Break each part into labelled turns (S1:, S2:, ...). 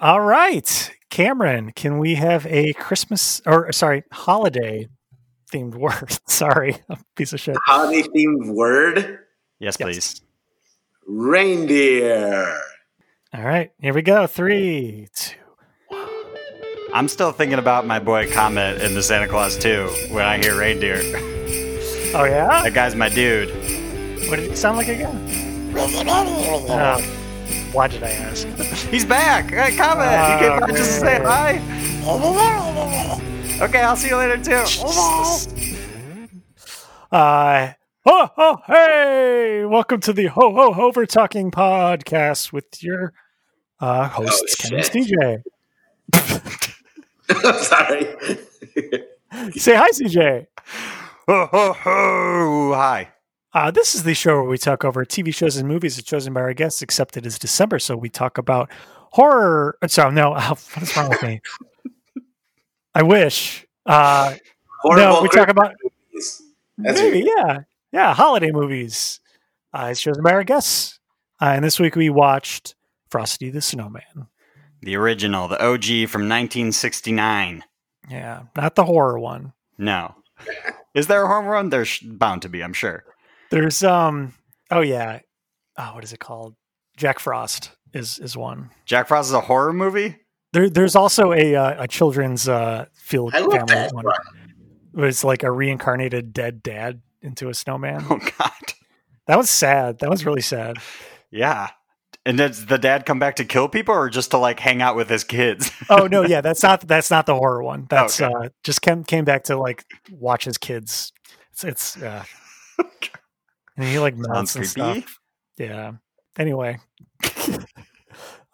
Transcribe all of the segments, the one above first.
S1: All right, Cameron, can we have a Christmas or sorry, holiday themed word? sorry, I'm a piece of shit.
S2: Holiday themed word
S3: Yes,
S1: Yes.
S3: please.
S2: reindeer.
S1: All right, here we go. Three, two.
S3: I'm still thinking about my boy Comet in the Santa Claus 2 when I hear reindeer.
S1: Oh yeah,
S3: That guy's my dude.
S1: what did it sound like again? Oh, why did I ask?
S3: He's back. Hey, Comet, you came by just to say hi. Okay, I'll see you later too.
S1: Uh, ho ho hey! Welcome to the Ho Ho Hover Talking Podcast with your uh, hosts,
S2: Oh,
S1: Ken and
S2: shit.
S1: CJ.
S2: I'm sorry.
S1: Say hi, CJ.
S3: Ho ho ho! Hi.
S1: Uh, this is the show where we talk over TV shows and movies as chosen by our guests, except it is December, so we talk about horror. uh, Sorry, no, uh, what is wrong with me? I wish. Uh,
S2: Horrible
S1: no, we talk about
S2: Christmas. That's
S1: maybe, yeah, yeah, holiday movies uh, as chosen by our guests. Uh, and this week we watched Frosty the Snowman.
S3: The original, the OG from 1969.
S1: Yeah, not the horror one.
S3: No. Is there a home run? There's bound to be, I'm sure.
S1: There's um, oh yeah, oh, what is it called? Jack Frost is is one.
S3: Jack Frost is a horror movie?
S1: There, there's also a uh, a children's uh, field
S2: I love
S1: family
S2: that
S1: one.
S2: one.
S1: It was like a reincarnated dead dad into a snowman.
S3: Oh, God.
S1: That was sad. That was really sad.
S3: Yeah. And does the dad come back to kill people or just to like hang out with his kids?
S1: Oh no, yeah, that's not that's not the horror
S2: Oh,
S1: one. That's
S3: Okay.
S1: uh, just came came back to like watch his kids. It's it's uh, and he like melts and stuff. Yeah. Anyway,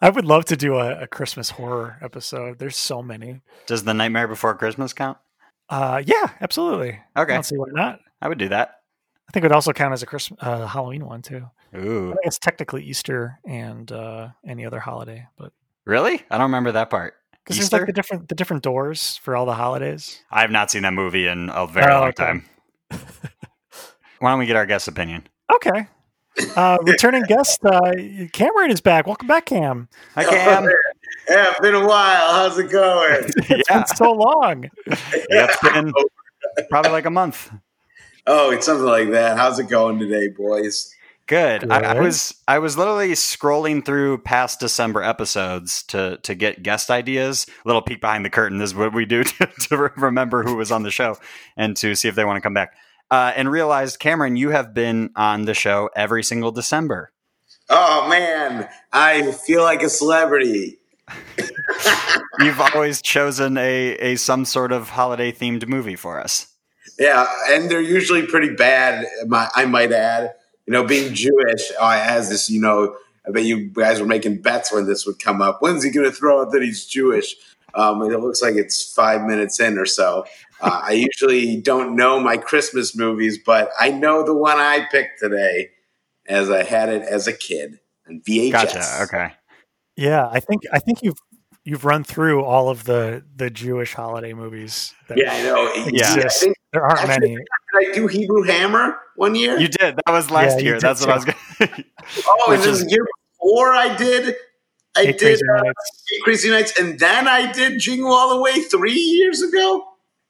S1: I would love to do a, a Christmas horror episode. There's so many.
S3: Does the Nightmare Before Christmas count?
S1: Uh, yeah, absolutely. I
S3: Okay,
S1: don't see why not.
S3: I would do that.
S1: I think it would also count as a Christmas uh, Halloween one too. I
S3: Ooh,
S1: think it's technically Easter and uh, any other holiday, but
S3: really? I don't remember that part.
S1: because there's like
S3: Easter?
S1: the different the different doors for all the holidays.
S3: I have not seen that movie in a very
S1: Oh,
S3: long
S1: okay.
S3: time. Why don't we get our guest opinion?
S1: Okay. Uh, returning guest uh, Cameron is back. Welcome back, Cam.
S3: Hi, Cam.
S2: Yeah, it's been a while. How's it going?
S1: It's
S3: yeah,
S1: been so long.
S3: yeah, it's been probably like a month.
S2: oh, it's something like that. How's it going today, boys?
S3: Good. I, I
S1: Good.
S3: was I was literally scrolling through past December episodes to to get guest ideas. A little peek behind the curtain is what we do to, to re- remember who was on the show and to see if they want to come back. Uh, and realized, Cameron, you have been on the show every single December.
S2: Oh man, I feel like a celebrity.
S3: You've always chosen a a some sort of holiday themed movie for us.
S2: Yeah, and they're usually pretty bad. My, I might add, you know, being Jewish, oh, I has this. You know, I bet you guys were making bets when this would come up. When's he going to throw out that he's Jewish? Um, and it looks like it's five minutes in or so. Uh, I usually don't know my Christmas movies, but I know the one I picked today, as I had it as a kid on VHS.
S3: Gotcha. Okay.
S1: Yeah, I think I think you've you've run through all of the the Jewish holiday movies. That
S2: Yeah, I know.
S3: Yeah.
S2: I think,
S1: there aren't
S2: Actually,
S1: many.
S2: did I do Hebrew Hammer one year?
S3: You did. That was last
S1: Yeah, you
S3: year.
S1: did
S3: That's what I was going
S2: Oh, and
S3: Which
S2: then
S3: is-
S2: the year before I did, I
S1: Eight
S2: did
S1: Crazy
S2: uh,
S1: Nights.
S2: Eight Crazy Nights, and then I did Jingle All the Way three years ago.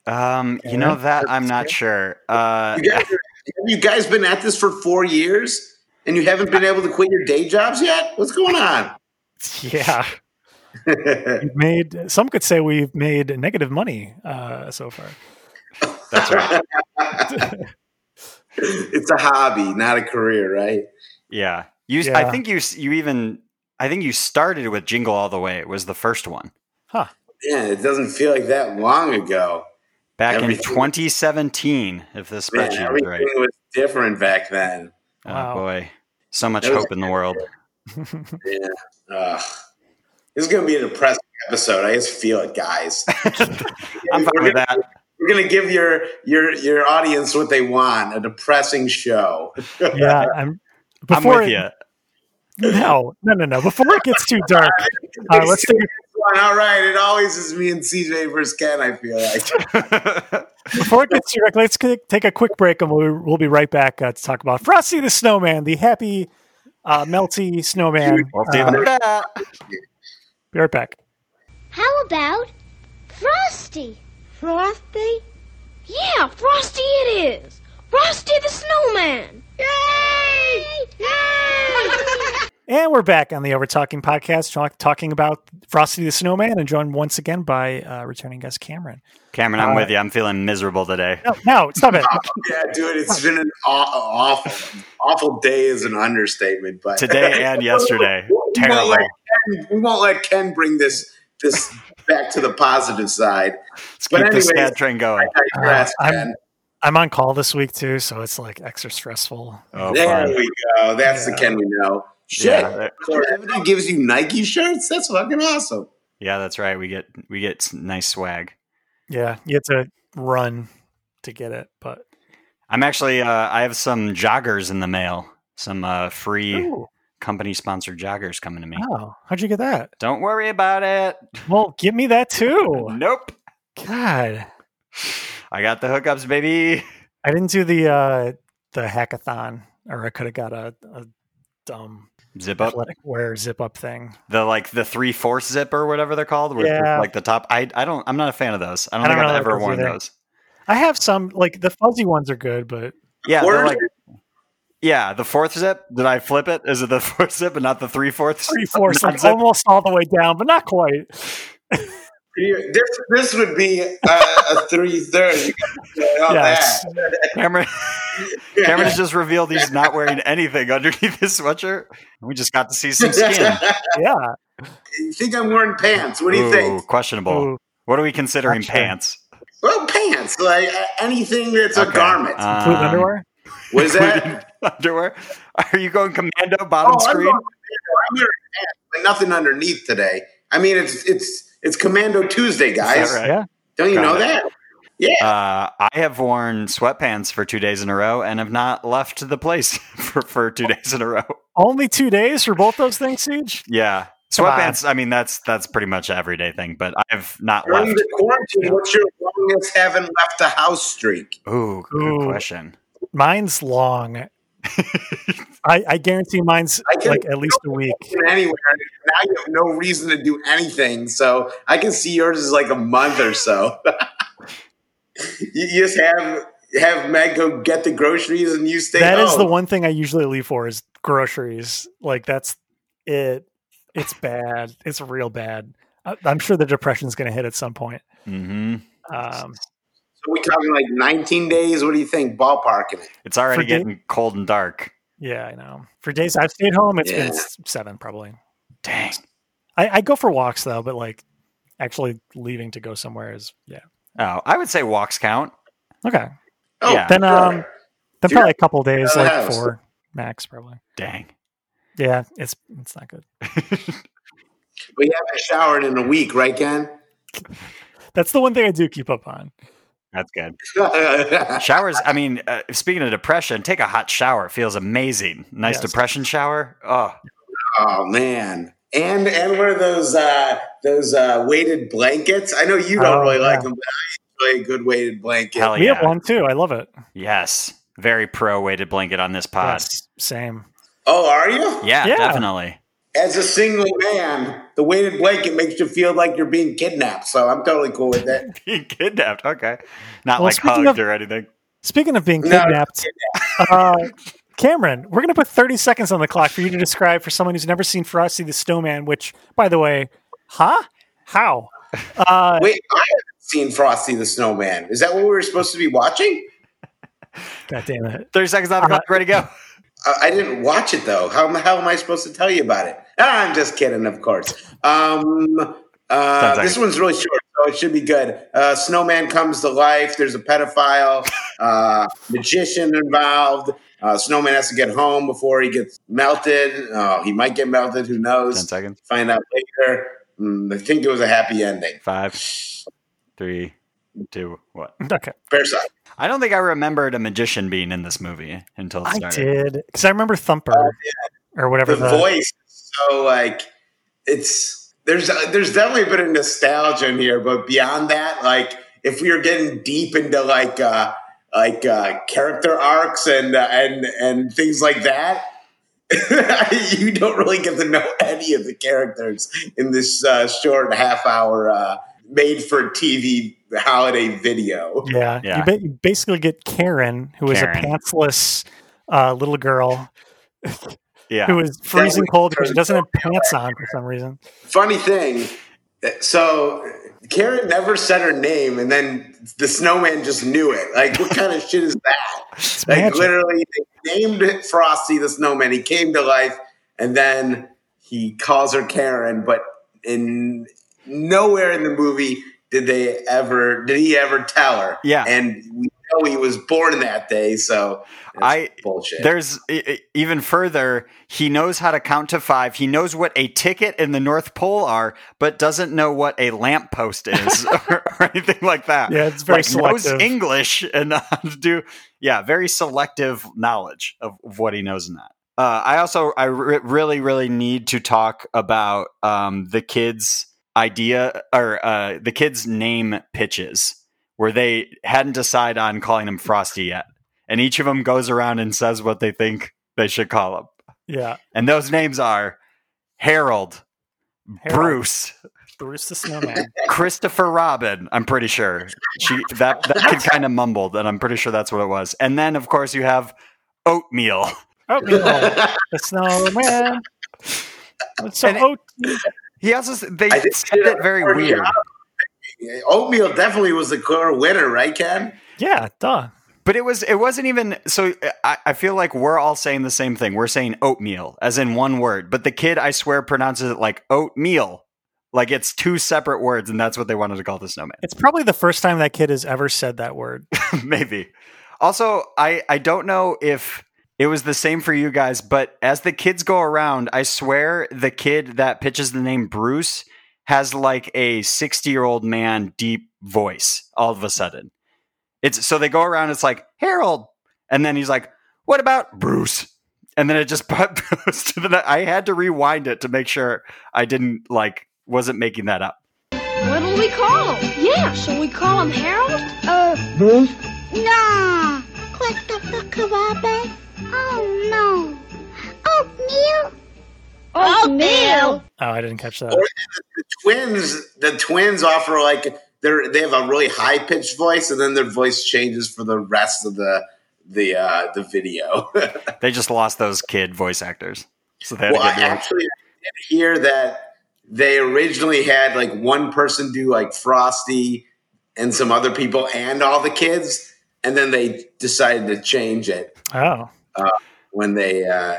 S3: Um, you know that I'm not sure. Uh,
S2: You guys, are- have you guys been at this for four years, and you haven't been able to quit your day jobs yet? What's going on?
S1: Yeah, we've made some could say we've made negative money uh, so far.
S3: that's right.
S2: it's a hobby, not a career, right?
S3: Yeah. You I
S1: Yeah.
S3: think you s- you even I think you started with Jingle All the Way was the first one.
S2: Man, it doesn't feel like that long ago.
S3: Back in
S2: Everything.
S3: 2017 if the
S2: Man,
S3: spreadsheet is
S2: everything
S3: right.
S2: was different back then.
S3: Oh
S1: Wow.
S3: boy. So much
S2: That was-
S3: hope in the world.
S2: Yeah. Ugh. This is going to be a depressing episode. I just feel it, guys.
S3: I'm fine
S2: We're
S3: with
S2: gonna-
S3: that.
S2: We're gonna give your your your audience what they want—a depressing show.
S1: Yeah, I'm.
S3: I'm
S1: Before
S3: with
S1: it-
S3: you.
S1: No, no, no, no. Before it gets too dark, uh, let's take a,
S2: All right, it always is me and CJ versus Ken. I feel like
S1: before it gets too dark. Let's ki- take a quick break, and we'll we'll be right back uh, to talk about Frosty the Snowman, the happy, uh, melty snowman.
S3: Well,
S1: Uh,
S3: da-da-da.
S1: be right back.
S4: How about Frosty?
S5: Frosty?
S4: Yeah, Frosty it is. Frosty the Snowman.
S5: Yay! Yay!
S1: And we're back on the Over Talking podcast, talk, talking about Frosty the Snowman, and joined once again by uh, returning guest Cameron.
S3: Cameron, I'm with you. I'm feeling miserable today.
S1: uh, No, no, stop it.
S2: yeah, dude, it's been an aw- awful, awful day is an understatement. But
S3: Today and yesterday.
S2: we, won't
S3: Terrible.
S2: let Ken, we won't let Ken bring this this back to the positive side.
S3: Let's
S2: But
S3: keep the
S2: anyways,
S3: stat train going.
S2: I digress,
S1: Uh, I'm-
S2: Ken.
S1: I'm on call this week too, so it's like extra stressful.
S3: Oh,
S2: There
S3: fun.
S2: we go. That's
S1: Yeah.
S2: the Ken we know. Shit.
S3: Yeah, that-
S2: Creativity gives you Nike shirts? That's fucking awesome.
S3: Yeah, that's right. We get we get s- nice swag.
S1: Yeah, you have to run to get it, but
S3: I'm actually uh, I have some joggers in the mail. Some uh, free
S1: Ooh, Oh.
S3: company sponsored joggers coming to me.
S1: wow, how'd you get that?
S3: Don't worry about it.
S1: Well, give me that too.
S3: Nope.
S1: God,
S3: I got the hookups, baby.
S1: I didn't do the uh the hackathon, or I could have got a, a dumb
S3: Zip up
S1: athletic wear zip up thing.
S3: the like the three fourth zip or whatever they're called. Where
S1: Yeah.
S3: yeah. like the top. I I don't. I'm not a fan of those. I don't,
S1: I don't
S3: think
S1: really
S3: I've
S1: like
S3: ever
S1: those
S3: worn
S1: either.
S3: those.
S1: I have some like the fuzzy ones are good, but
S3: Yeah, they're
S2: Where's
S3: like yeah. The fourth zip. Did I flip it? Is it the fourth zip and not the three fourths?
S1: three fourths
S3: Not
S1: like
S3: zip.
S1: almost all the way down, but not quite.
S2: your- This, this would be uh, a three third. You gotta know
S1: Yes.
S2: that.
S3: Cameron, Cameron's just revealed he's not wearing anything underneath his sweatshirt. And we just got to see some skin.
S1: Yeah.
S2: you think I'm wearing pants? What do you think?
S3: Ooh, questionable.
S1: Ooh,
S3: What are we considering
S1: Gotcha.
S3: pants?
S2: Well, pants, like uh, anything that's a
S3: Okay,
S2: garment.
S1: include
S3: um,
S1: underwear?
S2: what is that?
S3: Underwear? Are you going commando
S2: Oh,
S3: bottom
S2: I'm,
S3: screen?
S2: going- I'm wearing pants, but nothing underneath today. I mean, it's it's it's Commando Tuesday, guys.
S3: right?
S1: Yeah.
S2: Don't you
S3: Got
S2: know
S3: it.
S2: that?
S3: Uh, I have worn sweatpants for two days in a row and have not left the place for, for two days in a row.
S1: Only two days for both those things, Siege?
S3: Yeah.
S1: Come on.
S3: Sweatpants, I mean that's that's pretty much everyday thing, but I've not
S2: During
S3: left.
S2: the quarantine, what's your longest haven't left the house streak?
S3: Ooh, good
S1: Ooh.
S3: question.
S1: Mine's long. I, I guarantee mine's
S2: I can-
S1: like at least a week.
S2: anywhere. Now you have no reason to do anything. So I can see yours is like a month or so. you you just have have Meg go get the groceries and you stay.
S1: That is
S2: home.
S1: the one thing I usually leave for is groceries. Like that's it. It's bad. It's real bad. I, I'm sure the depression's going to hit at some point.
S3: hmm
S1: Um,
S2: So we talking like 19 days. What do you think? Ballparking it.
S3: It's already
S1: For da-
S3: getting cold and dark.
S1: yeah, I know. For days I've stayed home, It's
S2: Yeah.
S1: been s- seven probably.
S3: Dang.
S1: I, I go for walks though, but like actually leaving to go somewhere is yeah.
S3: Oh, I would say walks count.
S1: Okay,
S2: Oh,
S3: Yeah.
S1: Then, um,
S2: sure.
S1: then
S2: You're
S1: probably a couple days,
S2: out of the
S1: like
S2: house.
S1: four max probably.
S3: Dang.
S1: Yeah, it's it's not good.
S2: we haven't showered in a week, right, Ken?
S1: That's the one thing I do keep up on.
S3: That's good.
S2: yeah,
S3: Showers. I mean, uh, speaking of depression, take a hot shower. It feels amazing. Nice
S1: Yes.
S3: depression shower. Oh,
S2: Oh man. And and what are those uh those uh weighted blankets? I know you don't
S1: Oh,
S2: really like
S1: yeah.
S2: them, but I enjoy a good weighted blanket.
S3: hell
S1: we
S3: yeah.
S1: have one too. I love it.
S3: Yes. Very pro weighted blanket on this pod.
S1: Yes, same.
S2: Oh, are you?
S3: Yeah,
S1: Yeah.
S3: definitely.
S2: As a single man, the weighted blanket makes you feel like you're being kidnapped. So I'm totally cool with that.
S3: Being kidnapped. Okay. Not
S1: Well,
S3: like
S1: speaking
S3: hugged
S1: of-
S3: or anything.
S1: Speaking of being
S2: No.
S1: kidnapped, uh, Cameron, we're going to put 30 seconds on the clock for you to describe for someone who's never seen Frosty the Snowman, which, by the way, huh? How? Uh,
S2: Wait, I haven't seen Frosty the Snowman. Is that what we were supposed to be watching?
S1: God damn it.
S3: 30 seconds
S1: Uh-huh.
S3: on the clock. Ready to go.
S2: I, I didn't watch it though. How, how am I supposed to tell you about it? Ah, I'm just kidding, of course. Um,
S3: Ten
S2: uh,
S3: seconds.
S2: this one's really short, so it should be good. Uh, snowman comes to life. There's a pedophile, uh, magician involved. Uh, snowman has to get home before he gets melted. Oh, he might get melted. Who
S3: 10
S2: knows?
S3: seconds.
S2: find out later. Mm, I think it was a happy ending.
S3: Five, three, two, what?
S1: Okay.
S2: Fair side.
S3: I don't think I remembered a magician being in this movie until it
S1: I
S3: started.
S1: did. Because I remember Thumper
S2: Oh,
S1: or whatever
S2: The
S1: the,
S2: voice, is so like it's there's there's definitely a bit of nostalgia in here, but beyond that, like if we were getting deep into like uh like uh character arcs and uh, and and things like that, you don't really get to know any of the characters in this uh, short half hour uh, made for TV holiday video.
S1: Yeah,
S3: Yeah.
S1: You, ba- you basically get Karen, who is
S3: Karen.
S1: a pantsless uh, little girl
S3: Yeah.
S1: who is freezing cold because she
S2: turns
S1: doesn't have pants on for some reason.
S2: Funny thing, so Karen never said her name, and then the snowman just knew it. Like, what kind of shit is that? Like,
S1: magic.
S2: literally, they named it Frosty the Snowman. He came to life, and then he calls her Karen. But in nowhere in the movie did they ever did he ever tell her?
S3: Yeah.
S2: and we know he was born that day, so that's
S3: I-
S2: bullshit.
S3: There's e- e- even further. He knows how to count to five. He knows what a ticket in the North Pole are, but doesn't know what a lamppost is or, or anything like that.
S1: Yeah, it's very
S3: like, knows
S1: selective.
S3: English and not how to do yeah, very selective knowledge of, of what he knows and not. Uh, I also I re- really really need to talk about um, the kids' idea or uh, the kids' name pitches where they hadn't decided on calling him Frosty yet, and each of them goes around and says what they think they should call him,
S1: Yeah,
S3: and those names are Harold,
S1: Harold.
S3: Bruce,
S1: Bruce the Snowman.
S3: Christopher Robin, I'm pretty sure. She that that kid kind of mumbled, and I'm pretty sure that's what it was. And then of course you have oatmeal.
S1: Oatmeal, Oh, the snowman. So
S3: And it-
S1: oat,
S3: He also they
S2: I think-
S3: said it very weird.
S2: Oatmeal definitely was the core winner, right, Ken?
S1: yeah, duh.
S3: But it was it wasn't even so I, I feel like we're all saying the same thing. We're saying oatmeal as in one word, but the kid I swear pronounces it like oatmeal. Like it's two separate words, and that's what they wanted to call the snowman.
S1: It's probably the first time that kid has ever said that word.
S3: Maybe. Also, I I don't know if it was the same for you guys, but as the kids go around, I swear the kid that pitches the name Bruce has like a 60-year-old man deep voice all of a sudden. It's so they go around it's like Harold and then he's like, "What about Bruce?" And then it just goes to the ne- I had to rewind it to make sure I didn't like wasn't making that up.
S4: What'll we call him? Yeah, shall we call him Harold?
S5: Uh, Bruce? Nah. Christopher Karabe? Oh, no. Oatmeal?
S4: Oatmeal.
S1: Oh, I didn't catch that.
S2: Or the twins, the twins offer like they're they have a really high pitched voice, and then their voice changes for the rest of the the uh, the video. well,
S3: They just lost those kid voice actors. So they had
S2: I
S3: to get new ones.
S2: actually did hear that they originally had like one person do like Frosty and some other people and all the kids, and then they decided to change it
S1: Oh,
S2: when they uh,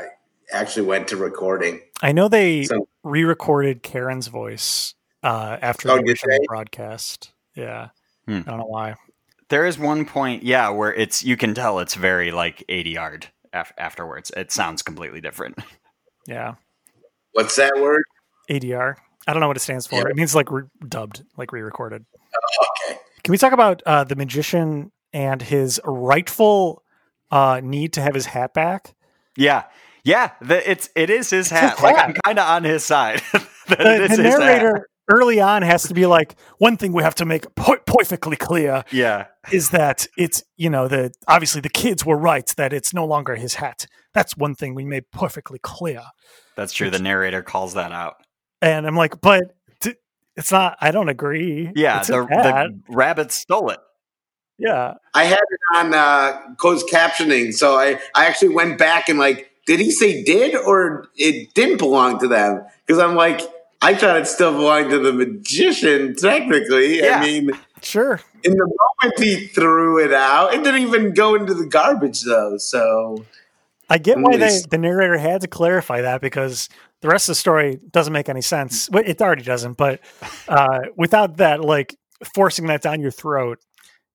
S2: actually went to recording.
S1: I know they
S2: So-
S1: re-recorded Karen's voice uh, after
S2: Oh,
S1: the
S2: did
S1: original
S2: they?
S1: broadcast. Yeah,
S3: Hmm.
S1: I don't know why.
S3: There is one point, yeah, where it's you can tell it's very like 80 yard af- afterwards. It sounds completely different.
S1: Yeah,
S2: What's that word?
S1: ADR. I don't know what it stands for.
S2: Yeah. Oh,
S1: It means like re- dubbed, like re-recorded.
S2: Okay.
S1: Can we talk about uh, the magician and his rightful uh, need to have his hat back?
S3: Yeah, yeah, the, it's it is his
S1: his
S3: hat. Like
S1: hat.
S3: I'm kind of on his side. that it
S1: The,
S3: is
S1: the
S3: his hat.
S1: narrator early on has to be like, one thing we have to make po- perfectly clear
S3: Yeah,
S1: is that it's you know the obviously the kids were right that it's no longer his hat. That's one thing we made perfectly clear.
S3: that's true. The narrator calls that out.
S1: And I'm like, but d- it's not. I don't agree.
S3: Yeah,
S1: it's
S3: the,
S1: his hat.
S3: the rabbit stole it.
S1: yeah.
S2: I had it on uh, closed captioning, so I, I actually went back and like, did he say did or it didn't belong to them? Because I'm like, I thought it still belonged to the magician. Technically,
S3: Yeah.
S2: I mean,
S1: Sure.
S2: in the moment he threw it out, it didn't even go into the garbage though. So
S1: I get why they,
S2: Nice.
S1: the narrator had to clarify that because the rest of the story doesn't make any sense. Well, It already doesn't, but uh, without that, like forcing that down your throat,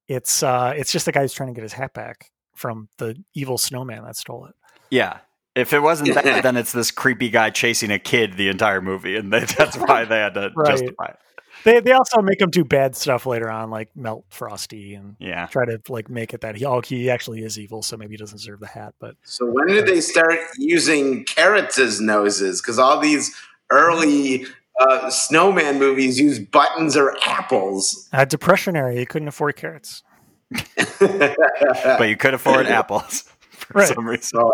S1: it's uh, it's just the guy who's trying to get his hat back from the evil snowman that stole it.
S3: Yeah, if it wasn't that, then it's this creepy guy chasing a kid the entire movie, and they, that's why they had to
S1: Right.
S3: justify it.
S1: They they also make him do bad stuff later on, like melt Frosty and
S3: Yeah,
S1: try to like make it that he oh he actually is evil, so maybe he doesn't deserve the hat. But
S2: so when did they start using carrots as noses? Because all these early uh, snowman movies use buttons or apples.
S1: uh, depression area, he couldn't afford carrots.
S3: but you could afford apples for
S1: Right.
S3: some reason.
S2: So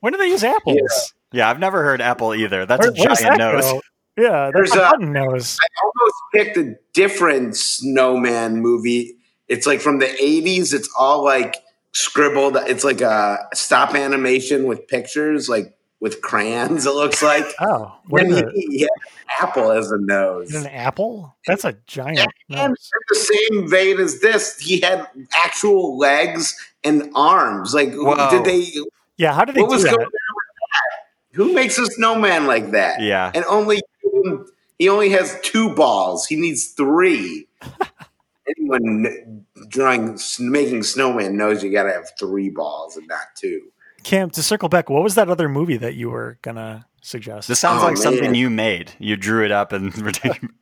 S1: When do they use apples?
S3: Yeah, I've never heard Apple either. That's
S1: Where-
S3: a
S1: where's
S3: giant
S1: that
S3: nose.
S1: go? Yeah,
S2: There's
S1: there's a
S2: a-
S1: button nose.
S2: I almost picked a different snowman movie. It's like from the 80s. It's all like scribbled. It's like a stop animation with pictures, like with crayons, it looks like.
S1: Oh, wait a
S2: When
S1: minute.
S2: he had an apple as a nose.
S1: Is it an apple? That's a giant
S2: And
S1: nose.
S2: in the same vein as this, he had actual legs and arms. Like, who-
S3: Whoa.
S2: did they?
S1: Yeah, how do they
S2: What
S1: do
S2: was going on with
S1: that?
S2: that? Who makes a snowman like that?
S3: Yeah.
S2: and only he only has two balls. He needs three. Anyone kn- drawing, s- making snowman knows you got to have three balls and not two.
S1: Cam, to circle back, what was that other movie that you were gonna suggest?
S3: This sounds
S2: Oh,
S3: like something
S2: man.
S3: you made. You drew it up and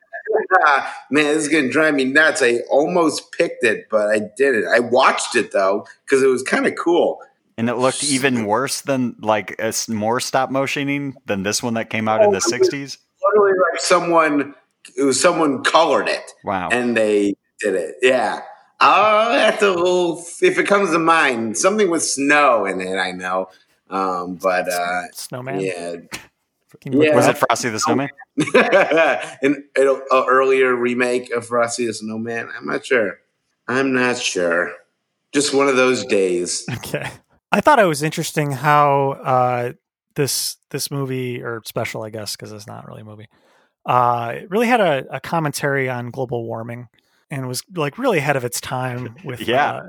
S2: Ah, man, this is gonna drive me nuts. I almost picked it, but I didn't. I watched it though because it was kind of cool.
S3: and it looked even worse than like it's more stop motioning than this one that came out in the
S2: Oh, it was-
S3: '60s.
S2: Literally, like someone, it was someone colored it
S3: Wow.
S2: and they did it. Yeah. I'll have to, if it comes to mind, something with snow in it, I know. Um, but uh,
S1: Snowman.
S2: Yeah.
S1: Can you look
S2: Yeah. Oh.
S3: was
S1: up?
S3: it Frosty the Snowman?
S2: an, an earlier remake of Frosty the Snowman. I'm not sure. I'm not sure. Just one of those days.
S1: Okay. I thought it was interesting how uh, this this movie or special, I guess, because it's not really a movie, uh, it really had a, a commentary on global warming and was like really ahead of its time with
S3: Yeah.
S1: uh,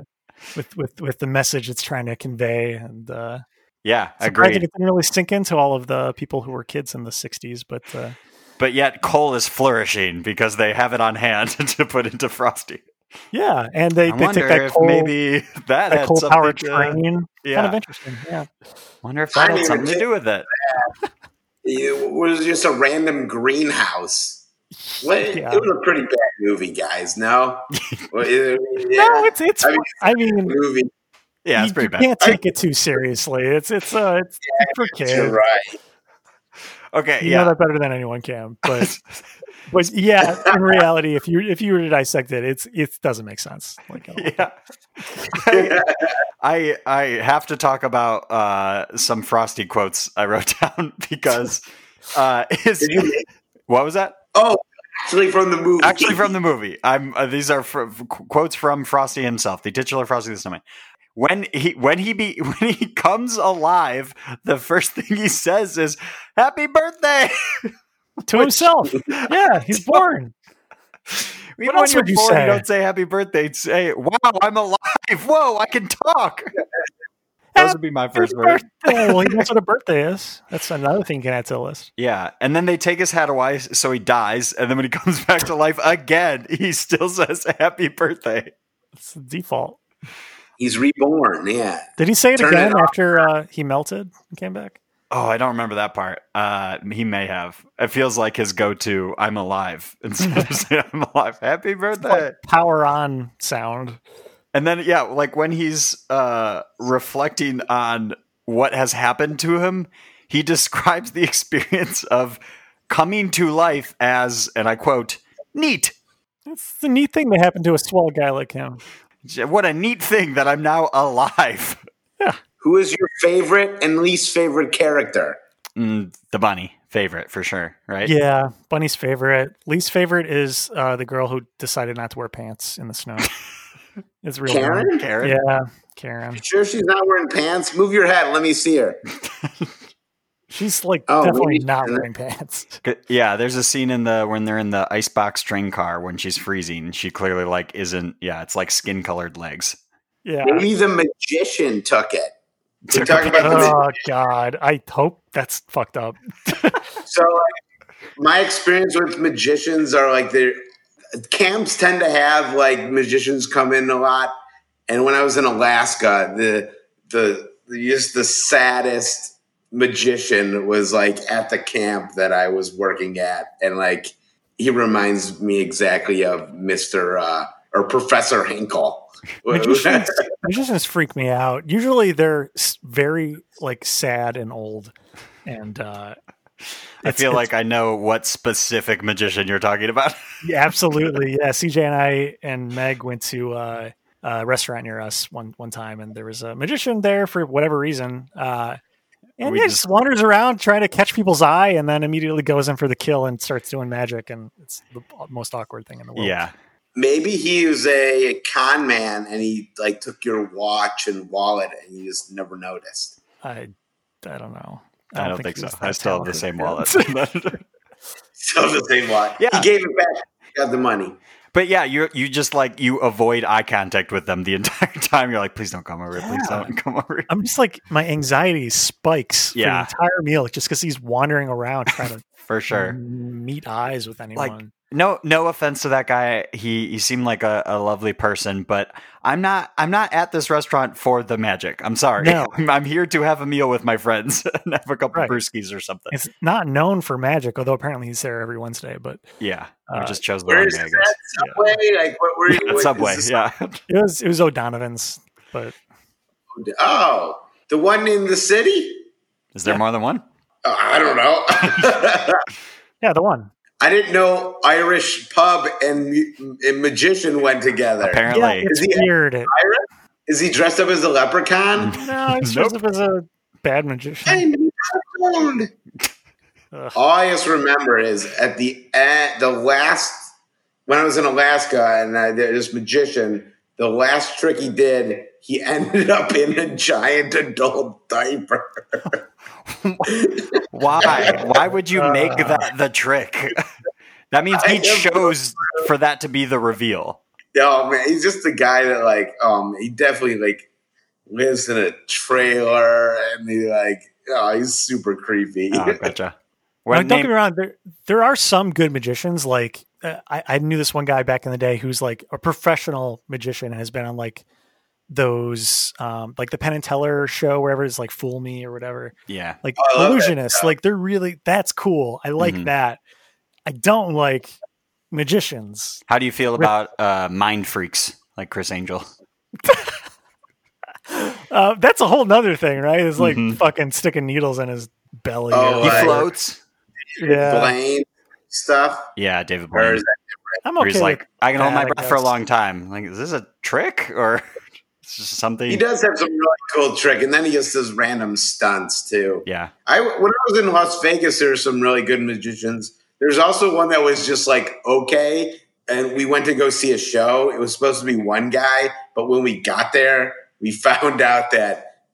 S1: with with with the message it's trying to convey. And uh,
S3: Yeah,
S1: surprised that
S3: agreed.
S1: It didn't really sink into all of the people who were kids in the '60s, but uh,
S3: But yet coal is flourishing because they have it on hand to put into Frosty.
S1: yeah, and they
S3: I
S1: they
S3: wonder
S1: take that
S3: if
S1: coal,
S3: maybe that
S1: that
S3: had
S1: coal power
S3: something to,
S1: train. Kind of
S3: yeah.
S1: interesting. Yeah.
S3: Wonder if that
S2: I
S3: had
S2: mean,
S3: something to
S2: it-
S3: do with it.
S2: It was just a random greenhouse. What?
S1: Yeah.
S2: It was a pretty bad movie, guys. No? Well, it- yeah.
S1: No, it's it's.
S2: I mean-
S1: I mean
S2: movie.
S3: Yeah, it's
S1: you,
S3: pretty
S1: you
S3: bad.
S1: can't take it too seriously. It's it's uh it's, it's for kids.
S2: You're right.
S3: Okay,
S1: You
S3: yeah.
S1: know that better than anyone can. But but yeah, in reality, if you if you were to dissect it, it's it doesn't make sense. Like at all.
S3: yeah. I, I I have to talk about uh, some frosty quotes I wrote down because uh, is,
S2: Did you-
S3: what was that
S2: Oh, actually from the movie.
S3: actually from the movie? I'm uh, these are fr- f- quotes from Frosty himself, the titular Frosty the Snowman. When he when he be when he comes alive, the first thing he says is "Happy birthday."
S1: To himself. Yeah, he's born.
S3: Even
S1: What
S3: when
S1: else
S3: you're
S1: would you
S3: born,
S1: say?
S3: you don't say "Happy birthday." Say "Wow, I'm alive! Whoa, I can talk." Those would be my first
S1: Happy
S3: words.
S1: birthday. Well, he knows what a birthday is. That's another thing you can add to the list.
S3: Yeah, and then they take his hat away, so he dies, and then when he comes back to life again, he still says "Happy Birthday."
S1: It's the default.
S2: He's reborn. Yeah.
S1: Did he say it
S2: Turn it
S1: again
S2: off.
S1: after uh, he melted and came back?
S3: Oh, I don't remember that part. Uh, he may have. It feels like his go-to "I'm alive" instead of saying "I'm alive." Happy birthday!
S1: Power on sound.
S3: And then yeah, like when he's uh, reflecting on what has happened to him, he describes the experience of coming to life as, and I quote, "neat."
S1: It's the neat thing that happened to a swell guy like him.
S3: What a neat thing that I'm now alive.
S2: Who is your favorite and least favorite character?
S3: Mm, the bunny favorite for sure, right?
S1: Yeah, Bunny's favorite. Least favorite is uh, the girl who decided not to wear pants in the snow. it's real.
S2: Karen?
S1: annoying.
S3: Karen.
S1: Yeah, Karen.
S2: Sure, she's not wearing pants. Move your head. Let me see her.
S1: She's like
S2: Oh,
S1: definitely
S2: maybe-
S1: not wearing pants.
S3: G- Yeah, there's a scene in the when they're in the icebox train car when she's freezing. She clearly like isn't. Yeah, it's like skin colored legs.
S1: Yeah.
S2: Maybe the magician took it. We're
S3: Took
S2: talking
S3: a-
S2: about the,
S1: Oh God, I hope that's fucked up.
S2: so. Like, my experience with magicians are like they're camps tend to have like magicians come in a lot. And when I was in Alaska, the the, the just the saddest magician was like at the camp that I was working at, and like he reminds me exactly of Mister uh, or Professor Hinkle.
S1: Magicians, magicians freak me out. Usually they're s- very like sad and old, and uh,
S3: I
S1: it's-
S3: feel
S1: it's-
S3: like I know what specific magician you're talking about.
S1: Yeah, absolutely. Yeah, CJ and I and Meg went to uh, a restaurant near us one one time, and there was a magician there for whatever reason. Uh, And
S3: We
S1: he
S3: just-
S1: just wanders around trying to catch people's eye, and then immediately goes in for the kill and starts doing magic, and it's the most awkward thing in the world.
S3: Yeah.
S2: Maybe he was a con man and he like took your watch and wallet and you just never noticed.
S1: I, I don't know.
S3: I don't,
S1: he
S3: think,
S1: was
S3: so.
S1: that
S3: I still have the
S1: talented.
S3: same
S1: Yeah.
S3: wallet.
S2: Still the same watch.
S3: Yeah.
S2: He gave it back. Got the money.
S3: but yeah, you you just like you avoid eye contact with them the entire time. You're like, please don't come over. here. Please
S1: Yeah.
S3: don't come over. here."
S1: I'm just like my anxiety spikes
S3: Yeah.
S1: for the entire meal just because he's wandering around trying to
S3: For sure.
S1: meet eyes with anyone.
S3: No, no offense to that guy. He he seemed like a, a lovely person, but I'm not I'm not at this restaurant for the magic. I'm sorry.
S1: No.
S3: I'm, I'm here to have a meal with my friends and have a couple
S1: Right.
S3: brewskis or something.
S1: it's not known for magic, although apparently he's there every Wednesday. But
S3: yeah, we
S1: Uh,
S3: just chose the
S2: Where
S3: wrong
S2: is
S3: day. I
S2: that
S3: guess.
S2: subway? Like what were you?
S3: Yeah,
S2: what-
S3: Subway.
S2: is this-
S3: Yeah,
S1: it was it was O'Donovan's. But
S2: Oh, the one in the city?
S3: is there
S1: Yeah.
S3: more than one?
S2: Uh, I don't know.
S1: yeah, the one.
S2: I didn't know Irish pub and, mu- and magician went together.
S3: Apparently,
S1: Yeah, it's
S2: Is he-
S1: weird. It,
S2: Irish? Is he dressed up as a leprechaun?
S1: no, it's
S3: Nope.
S1: Joseph is a bad magician.
S2: I'm leprechaun.
S1: Ugh.
S2: All I just remember is at the end, the last when I was in Alaska and I, there- this magician, the last trick he did, he ended up in a giant adult diaper.
S3: why? Why would you make
S1: Uh.
S3: that the trick? that means he
S2: I am-
S3: chose for that to be the reveal.
S2: oh man, he's just the guy that like um he definitely like lives in a trailer and he like oh he's super creepy.
S3: Oh, gotcha.
S1: Now,
S3: When
S1: don't get
S3: name-
S1: me wrong. There there are some good magicians. Like uh, I, I knew this one guy back in the day who's like a professional magician and has been on like those um like the Penn and Teller show wherever it's like Fool Me or whatever.
S3: yeah,
S1: Like
S2: Oh, I love that
S1: illusionists. Like they're really that's cool. I like
S3: Mhm.
S1: that. I don't like magicians.
S3: how do you feel about uh, mind freaks like Chris Angel?
S1: Uh, that's a whole nother thing, right? It's like
S3: Mhm.
S1: fucking sticking needles in his belly.
S2: Oh,
S1: or
S3: He
S1: whatever.
S2: Right.
S3: floats.
S1: yeah,
S2: Blaine stuff.
S3: Yeah, David
S2: Or
S3: Blaine.
S2: is that
S1: I'm
S3: Where
S1: okay.
S3: he's like,
S1: with-
S3: I can hold
S1: that,
S3: my
S1: I
S3: breath for a
S1: guess."
S3: long time. Like, is this a trick or it's just something?
S2: he does have some really cool trick, and then he just does random stunts too.
S3: Yeah,
S2: I when I was in Las Vegas, there were some really good magicians. There's also one that was just like okay, and we went to go see a show. It was supposed to be one guy, but when we got there, we found out that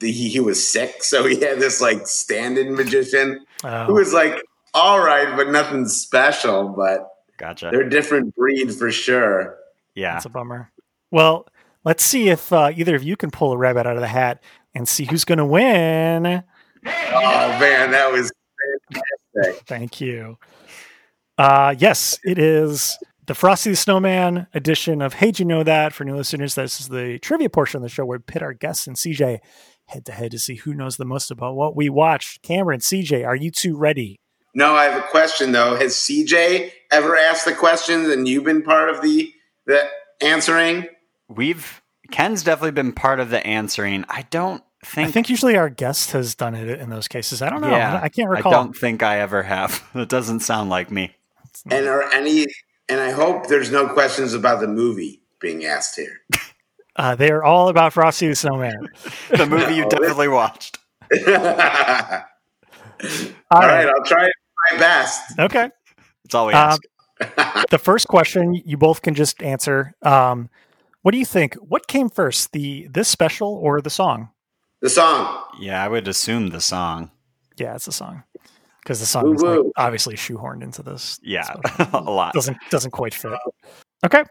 S2: the, he, he was sick, so he had this like stand-in magician who
S1: Oh.
S2: was like all right, but nothing special. But
S3: gotcha.
S2: they're a different breed for sure.
S3: Yeah,
S1: That's a bummer. Well, let's see if uh, either of you can pull a rabbit out of the hat and see who's going to win.
S2: Oh man, that was fantastic.
S1: Thank you. Uh, yes, it is the Frosty the Snowman edition of Hey, Did You Know That? For new listeners, this is the trivia portion of the show where we pit our guests and CJ head to head to see who knows the most about what we watched. Cameron, CJ, are you two ready?
S2: No, I have a question though. Has CJ ever asked the questions and you've been part of the the answering?
S3: we've Ken's definitely been part of the answering. I don't think.
S1: I think usually our guest has done it in those cases. I don't know.
S3: Yeah,
S1: I can't
S3: I
S1: recall.
S3: don't think I ever have. That doesn't sound like me.
S2: And are any and I hope there's no questions about the movie being asked here.
S1: Uh, they are all about Frosty the Snowman.
S3: The movie you
S2: No.
S3: definitely watched.
S2: All right, I'll try my best.
S1: Okay.
S3: It's all we
S1: Uh,
S3: ask.
S1: the first question you both can just answer. Um, what do you think? What came first, the this special or the song?
S2: The song.
S3: Yeah, I would assume the song.
S1: Yeah, it's the song because the song
S2: Woo
S1: is like,
S2: woo.
S1: obviously shoehorned into this.
S3: Yeah,
S1: special.
S3: a lot.
S1: doesn't doesn't quite fit. Okay,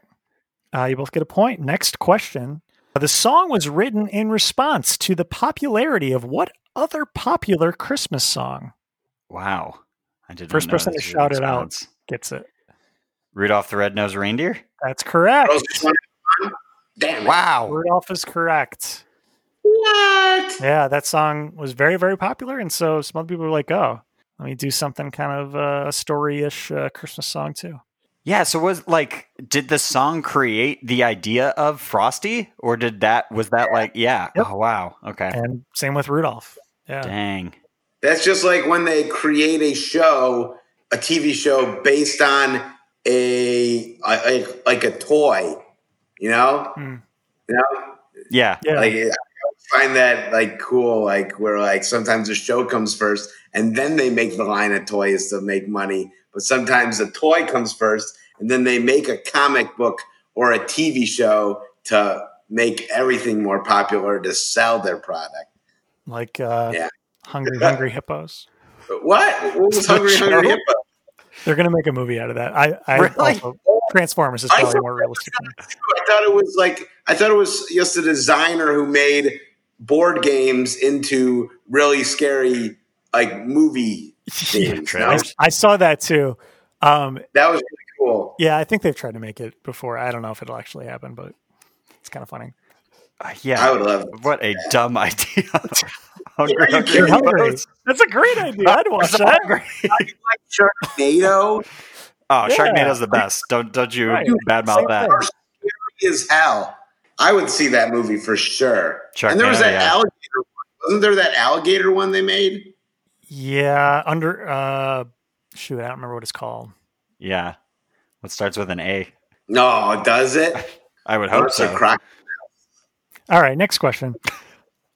S1: uh, you both get a point. Next question: Uh, The song was written in response to the popularity of what other popular Christmas song
S3: Wow, I did. not
S1: First
S3: know
S1: person
S3: this
S1: to
S3: was
S1: shout
S3: a
S1: it out.
S3: response.
S1: gets it?
S3: Rudolph the Red-Nosed Reindeer.
S1: That's correct.
S2: Girls Just Wanna Have Fun? Damn it.
S3: Wow.
S1: Rudolph is correct.
S2: What?
S1: Yeah, that song was very, very popular, and so some other people were like, "Oh, let me do something kind of uh, a story-ish uh, Christmas song too."
S3: Yeah, so was like did the song create the idea of Frosty or did that was that like yeah,
S1: Yep.
S3: oh wow. Okay.
S1: And uh, same with Rudolph. Yeah,
S3: Dang.
S2: That's just like when they create a show, a TV show based on a, a- a- like a toy, you know?
S1: Hmm.
S2: You know,
S3: Yeah.
S1: yeah,
S2: like I find that like cool, like where like sometimes the show comes first and then they make the line of toys to make money, but sometimes the toy comes first and then they make a comic book or a TV show to make everything more popular to sell their product.
S1: like uh,
S2: Yeah.
S1: Hungry Hungry Hippos.
S2: But what? What was
S3: So
S2: Hungry
S3: true.
S2: Hungry Hippo?
S1: They're gonna make a movie out of that. I, I
S3: Really?
S1: also, Transformers is
S2: I
S1: probably
S2: thought-
S1: more realistic. than that.
S2: I thought it was like I thought it was just the designer who made board games into really scary like movie themes.
S3: Yeah,
S2: No?
S3: trailers.
S1: I, I saw that too. Um,
S2: That was really cool.
S1: yeah, I think they've tried to make it before. I don't know if it'll actually happen, but it's kind of funny.
S3: Uh, yeah.
S2: I would love.
S3: what a dumb idea. Hungry,
S2: Are you
S3: hungry
S2: kidding?
S1: Hungry.
S3: hippos.
S1: That's a great idea. I'd watch that.
S2: Sharknado
S3: Oh,
S1: Yeah.
S3: Sharknado's the best. Don't don't you
S1: Right.
S3: badmouth
S1: Same
S3: that.
S1: thing.
S2: is hell. I would see that movie for sure. and there was
S3: Sharknado,
S2: that
S3: yeah.
S2: alligator. One. Wasn't there that alligator one they made?
S1: Yeah, under uh, shoot, I don't remember what it's called.
S3: Yeah. What starts with an A.
S2: No, does it?
S3: I would hope
S2: That's a
S3: so.
S2: croc-
S1: All right, next question.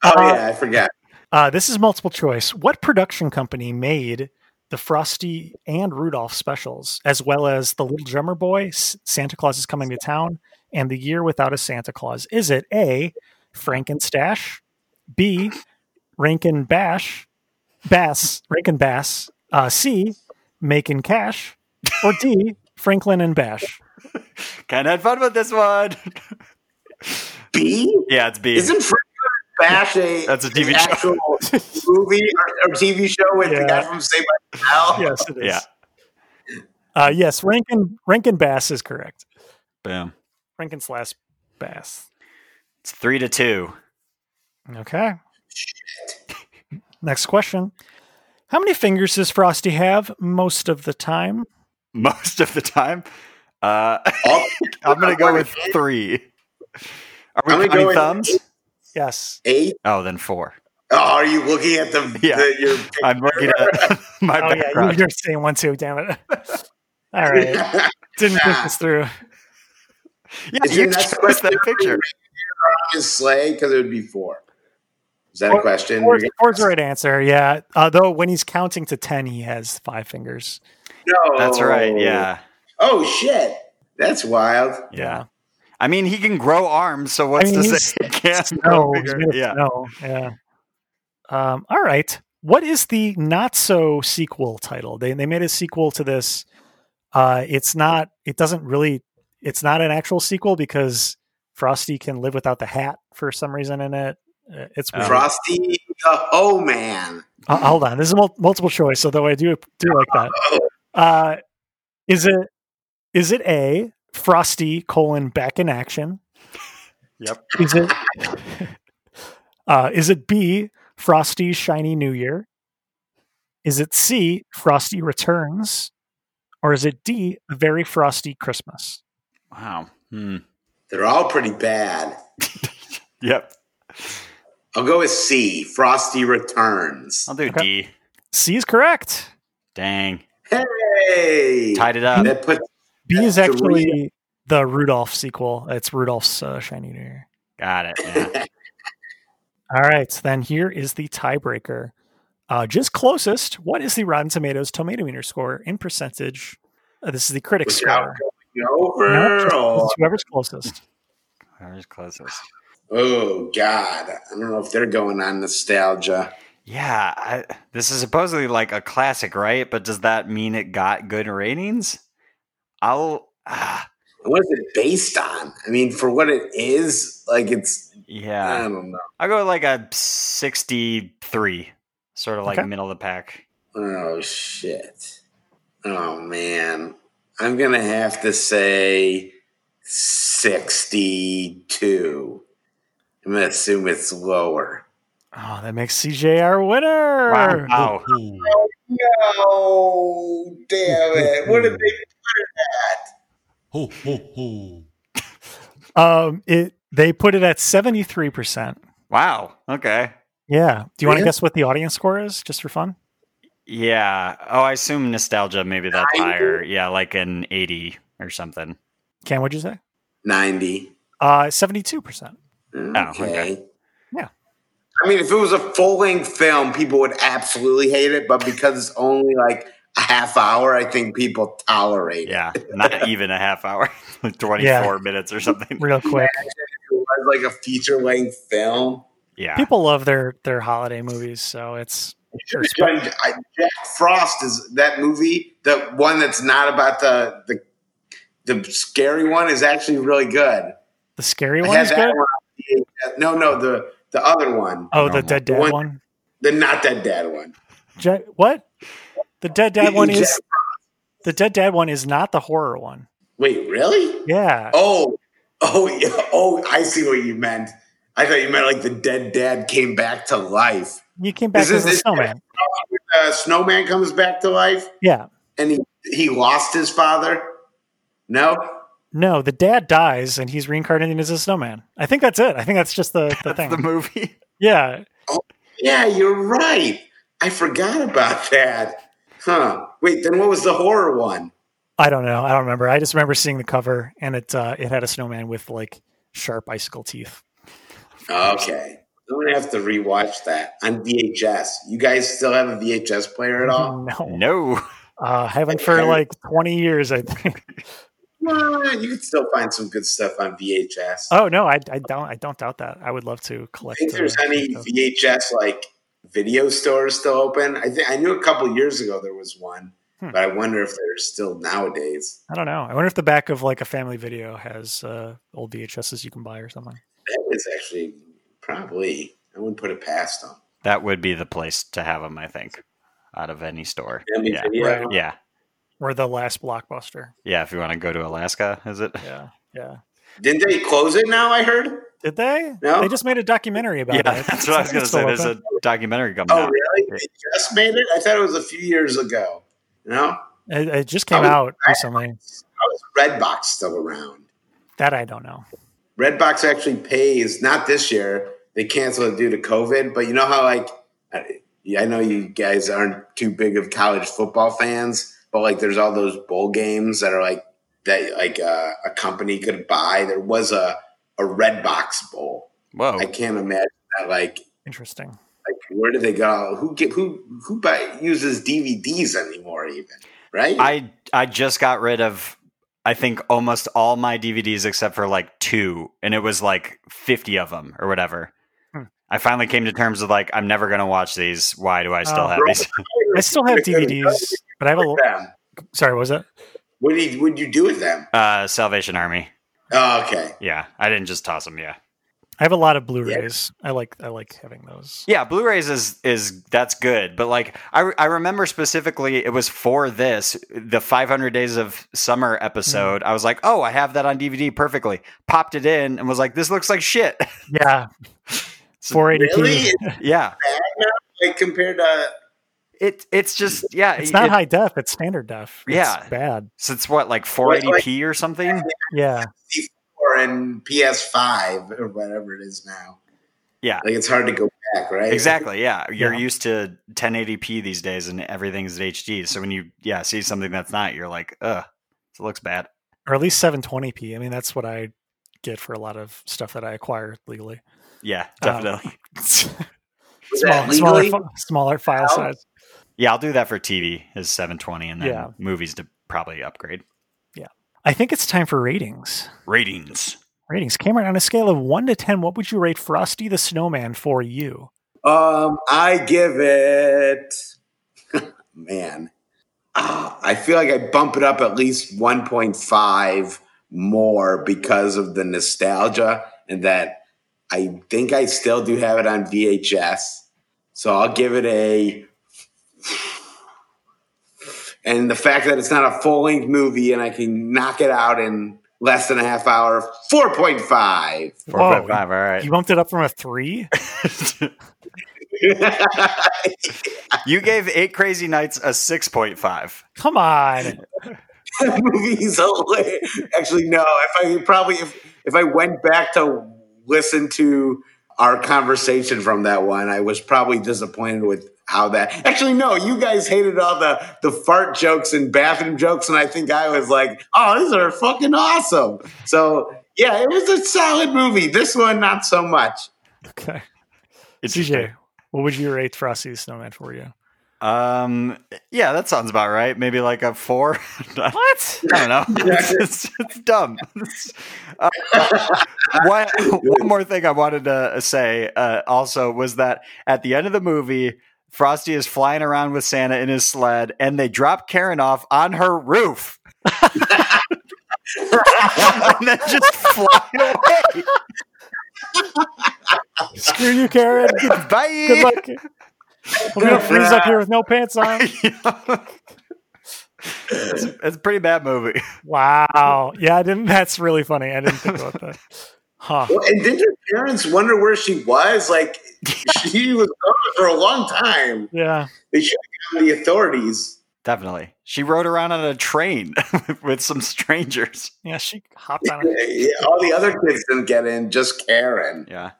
S2: Oh
S1: Uh,
S2: yeah, I forgot.
S1: Uh, this is multiple choice. What production company made the Frosty and Rudolph specials, as well as The Little Drummer Boy, S- Santa Claus is Coming to Town, and The Year Without a Santa Claus? Is it A, Frankenstash, B, Rankin Bash, Bass, Rankin Bass, uh, C, Makin Cash, or D, Franklin and Bash?
S3: Can't have fun with this one.
S2: B
S3: Yeah, it's B.
S2: isn't Frank Bash a
S3: That's a TV
S2: an
S3: show.
S2: actual movie or, or TV show with the
S1: Yeah.
S2: guy from Saved by the Bell?
S1: Yes, it is.
S3: Yeah.
S1: Uh, yes, Rankin Rankin Bass is correct.
S3: Boom.
S1: Rankin slash Bass.
S3: It's three to two.
S1: Okay. Next question. How many fingers does Frosty have most of the time?
S3: Most of the time. Uh,
S2: Oh,
S3: I'm gonna go with three. Are we
S2: I'm gonna go
S3: counting
S2: with-
S3: thumbs?
S1: Yes.
S2: eight.
S3: Oh, then four.
S2: Oh, are you looking at the,
S3: Yeah.
S2: the your
S3: I'm looking at my
S1: Oh yeah,
S3: background.
S1: you're saying one too. Damn it. All right. Didn't think this through.
S3: Yeah,
S2: Is
S3: you
S2: your next
S3: chose that
S2: question
S3: picture.
S2: is Slay because it would be four. Is that a
S1: Four-
S2: question?
S1: Four's, four's the right answer. Yeah. Although when he's counting to ten, he has five fingers.
S2: No,
S3: That's right. Yeah, Uh-huh.
S2: Oh shit, that's wild.
S3: yeah. I mean, he can grow arms, so what's
S1: I mean,
S3: to
S1: he's-
S3: say? he can't
S1: No.
S3: grow
S1: he's
S3: bigger?
S1: made of
S3: Yeah.
S1: snow. Yeah. Um, all right. What is the not so sequel title? They they made a sequel to this. Uh, it's not. It doesn't really. It's not an actual sequel because Frosty can live without the hat for some reason in it. Uh, It's weird.
S2: Frosty the Ho Man.
S1: Uh, hold on. This is mul- multiple choice, although I do do like that. Uh, is it is it a Frosty colon back in action?
S3: Yep.
S1: Is it uh, is it B Frosty shiny New Year? Is it C Frosty returns, or is it D a very frosty Christmas?
S3: Wow. Hmm.
S2: They're all pretty bad.
S3: Yep.
S2: I'll go with C. Frosty returns.
S3: I'll do
S1: Okay.
S3: D.
S1: C is correct.
S3: Dang.
S2: Hey,
S3: Tied it up.
S2: that put
S1: B is
S2: That's the
S1: actually the Rudolph sequel. It's Rudolph's uh, shiny New Year.
S3: Got it. Yeah.
S1: All right, then here is the tiebreaker. Uh, just closest. What is the Rotten Tomatoes tomato meter score in percentage? Uh, this is the critic
S2: without
S1: score.
S2: going
S1: No,
S2: over.
S1: just-
S2: or-
S1: just whoever's closest.
S3: Whoever's closest.
S2: Oh God, I don't know if they're going on nostalgia.
S3: Yeah. I, this is supposedly like a classic, right? But does that mean it got good ratings? I'll. Ah,
S2: What is it based on? I mean, for what it is, like it's I
S3: yeah.
S2: don't know.
S3: I'll go with like a 63, sort of like
S1: Okay.
S3: middle of the pack.
S2: Oh shit. Oh man. I'm gonna have to say sixty-two. I'm gonna assume it's lower.
S1: Oh, that makes CJ our winner.
S3: Wow. wow.
S2: No, damn it! What did they?
S6: Ho, ho, ho.
S1: Um, it they put it at seventy three percent.
S3: Wow. Okay.
S1: Yeah. Do you want to
S2: Really?
S1: guess what the audience score is, just for fun?
S3: Yeah. Oh, I assume nostalgia. Maybe that's higher. Yeah, like an eighty or something.
S1: Ken, what'd you say?
S2: Ninety.
S1: Uh, seventy two percent.
S2: Okay.
S3: okay.
S1: Yeah.
S2: I mean, if it was a full length film, people would absolutely hate it. But because it's only like a half hour, I think people tolerate it.
S3: Yeah, not even a half hour, like 24 minutes or something.
S1: real quick.
S2: If it was like a feature length film.
S3: Yeah.
S1: People love their their holiday movies, so it's
S2: Sure, I, Jack Frost is that movie. The one that's not about the the the scary one is actually really good.
S1: the scary
S2: I
S1: one
S2: had
S1: is
S2: that
S1: good.
S2: one. on VHS. No, no, the the other one,
S1: Oh, the
S3: Normal.
S1: Dead Dad
S2: One-
S1: one.
S2: the not that dad one.
S1: Jack, what? The Dead Dad
S2: Beating
S1: one
S2: Jack-
S1: is the Dead Dad one is not the horror one.
S2: Wait, really?
S1: Yeah.
S2: Oh, oh, yeah. oh! I see what you meant. I thought you meant like the dead dad came back to life.
S1: You came back
S2: Is this-
S1: as a
S2: is-
S1: snowman.
S2: Uh, Snowman comes back to life,
S1: Yeah.
S2: and he he lost his father. No,
S1: No, the dad dies and he's reincarnated as a snowman. I think that's it. I think that's just the, the thing.
S3: the movie.
S1: yeah.
S2: yeah, you're right. I forgot about that. Huh? Wait, then what was the horror one?
S1: I don't know. I don't remember. I just remember seeing the cover and it uh, it had a snowman with like sharp icicle teeth.
S2: Okay, I'm gonna have to rewatch that on VHS. You guys still have a VHS player at all?
S1: No.
S3: No.
S1: Uh haven't for like twenty years, I think.
S2: Nah, you can still find some good stuff on VHS.
S1: Mm-hmm. Oh no, I, I don't I don't doubt that. I would love to collect.
S2: think there's
S1: uh,
S2: any
S1: those.
S2: VHS like video stores still open. I think I knew a couple years ago there was one,
S1: Hmm.
S2: but I wonder if there's still nowadays.
S1: I don't know. I wonder if the back of like a family video has uh, old VHSs you can buy or something.
S2: That is actually probably I wouldn't put it past them.
S3: That would be the place to have them, I think, out of any store.
S2: I mean,
S3: Yeah.
S2: video-
S1: Right.
S3: Yeah.
S1: Or the last blockbuster.
S3: Yeah. If you want to go to Alaska, is it?
S1: Yeah. Yeah.
S2: Didn't they close it now? I heard.
S1: Did they?
S2: No.
S1: They just made a documentary about
S3: Yeah.
S1: it.
S3: That's what I was going to say. There's a documentary coming
S2: Oh,
S3: out.
S2: really? They just made it. I thought it was a few years ago. You know,
S1: It, it just came
S2: Oh.
S1: out recently.
S2: how is Redbox still around?
S1: That I don't know.
S2: Redbox actually pays not this year. They canceled it due to COVID. But you know how like I, I know you guys aren't too big of college football fans, but like there's all those bowl games that are like that like uh, a company could buy. There was a a Redbox bowl.
S3: Whoa.
S2: I can't imagine that like
S1: Interesting.
S2: like where do they go? Who get who who buy, uses DVDs anymore even? Right?
S3: I I just got rid of I think almost all my DVDs except for like two, and it was like fifty of them or whatever.
S1: Hmm.
S3: I finally came to terms with like I'm never gonna watch these. Why do I still
S1: Oh.
S3: have these?
S1: I still have DVDs, but I have a. l-
S2: With them.
S1: Sorry, what was it?
S2: What do you, what do you do with them?
S3: Uh, Salvation Army.
S2: Oh, okay.
S3: Yeah, I didn't just toss them. Yeah,
S1: I have a lot of Blu-rays. I like I like having those.
S3: yeah. Blu-rays is is that's good, but like I re- I remember specifically it was for this the 500 Days of Summer episode.
S1: Hmm.
S3: I was like, oh, I have that on DVD perfectly. Popped it in and was like, this looks like shit.
S1: Yeah.
S3: So-
S1: 480p.
S2: Really?
S3: yeah,
S2: like compared to
S3: it it's just yeah.
S1: It's not
S3: it-
S1: high def. It's standard def. It's
S3: Yeah.
S1: bad.
S3: since what like
S2: like-
S3: 480p or something
S1: Yeah.
S2: or in PS5 or whatever it is now.
S3: Yeah.
S2: like it's hard to go back, right?
S3: exactly yeah you're
S1: Yeah.
S3: used to 1080p these days and everything's hd so when you yeah see something that's not you're like ugh it looks bad
S1: Or at least 720p. I mean, that's what I get for a lot of stuff that I acquire legally.
S3: yeah
S1: Um,
S3: definitely
S2: Was
S1: Small,
S2: that
S1: smaller,
S2: legally?
S1: fi- smaller file
S2: Wow.
S1: size.
S3: yeah i'll do that for tv is 720 and then
S1: Yeah.
S3: movies to probably upgrade
S1: I think it's time for ratings.
S3: ratings
S1: Ratings. Cameron, on a scale of one to ten, what would you rate Frosty the Snowman for you?
S2: Um, I give it. Man, ah, I feel like I bump it up at least 1.5 more because of the nostalgia and that I think I still do have it on VHS. So I'll give it a. And the fact that it's not a full length movie and I can knock it out in less than a half hour, 4.5.
S1: Whoa.
S3: 4.5 all right
S1: You bumped it up from a three?
S3: you gave eight crazy nights a 6.5
S1: Come on.
S2: that movie's hilarious. Actually, no. If I probably if if I went back to listen to our conversation from that one, I was probably disappointed with how that. Actually, no. You guys hated all the the fart jokes and bathroom jokes, and I think I was like, "Oh, these are fucking awesome." So yeah, it was a solid movie. This one, not so much.
S1: Okay. CJ, what would you rate Frosty the Snowman for you?
S3: Um, yeah, that sounds about right. Maybe like a four. what? I don't know. It's, it's, it's dumb. It's- uh, one, one more thing I wanted to say uh, also was that at the end of the movie, Frosty is flying around with Santa in his sled, and they drop Karen off on her roof. and then just flying away.
S1: Screw you, Karen. Good,
S3: Bye.
S1: good luck. We're gonna freeze up here with no pants on.
S3: it's, it's a pretty bad movie.
S1: Wow. Yeah, I didn't. That's really funny. I didn't think about that. Huh.
S2: Well, and didn't your parents wonder where she was? Like, she was gone for a long time.
S1: Yeah.
S2: They should have gotten the authorities.
S3: Definitely. She rode around on a train with some strangers.
S1: Yeah. She hopped on. it.
S2: Yeah, all the other kids didn't get in, just Karen.
S3: Yeah.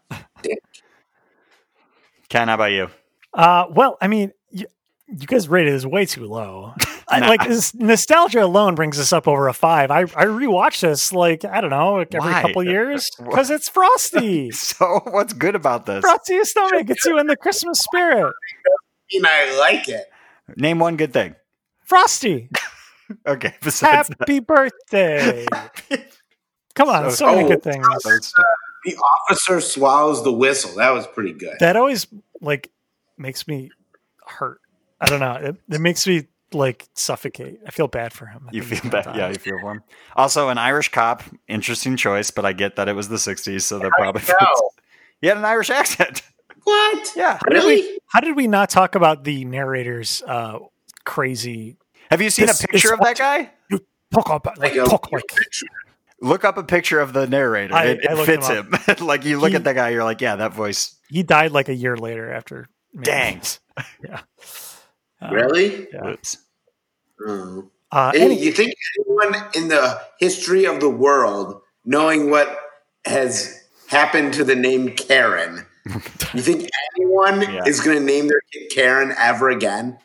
S3: Ken, how about you?
S1: Uh. Well, I mean, you, you guys rated this way too low. I,
S3: Nah.
S1: like this nostalgia alone brings us up over a five. I I rewatch this like I don't know like, every
S3: Why? Uh,
S1: couple years because it's Frosty.
S3: So, what's good about this?
S1: Frosty the Snowman gets you in the Christmas spirit.
S2: I mean, I like it.
S3: Name one good thing.
S1: Frosty,
S3: Okay. Besides
S1: happy birthday. Come on, so,
S3: So-
S1: many
S2: Oh,
S1: good things.
S3: that, those-
S2: The officer swallows the whistle. That was pretty good.
S1: that always like makes me hurt. I don't know. It, it makes me like suffocate. I feel bad for him. I
S3: you
S1: think
S3: feel
S1: it's
S3: bad.
S1: kinda
S3: Yeah,
S1: bad.
S3: you feel for him. Also, an Irish cop. Interesting choice, but I get that it was the 60s, so they're probably.
S2: No.
S3: He had an Irish accent.
S2: What?
S3: Yeah.
S2: Really?
S1: How did we not talk about the narrator's uh, crazy
S3: Have you seen
S1: This
S3: a
S1: is
S3: picture of that guy?
S1: talk about like,
S2: Like a-
S1: talk like
S3: Look up a picture of the narrator.
S1: I-
S3: it it
S1: I looked
S3: fits him.
S1: him
S3: like you look
S1: He-
S3: at that guy, you're like, yeah, that voice.
S1: he died like a year later after. making
S3: Dang.
S1: this. Yeah. Uh,
S2: Really?
S1: Yeah.
S3: Whoops.
S2: Mm.
S1: Uh,
S2: Any-
S1: any,
S2: you think anyone in the history of the world, knowing what has happened to the name Karen, you think anyone
S3: Yeah.
S2: is going to name their kid Karen ever again?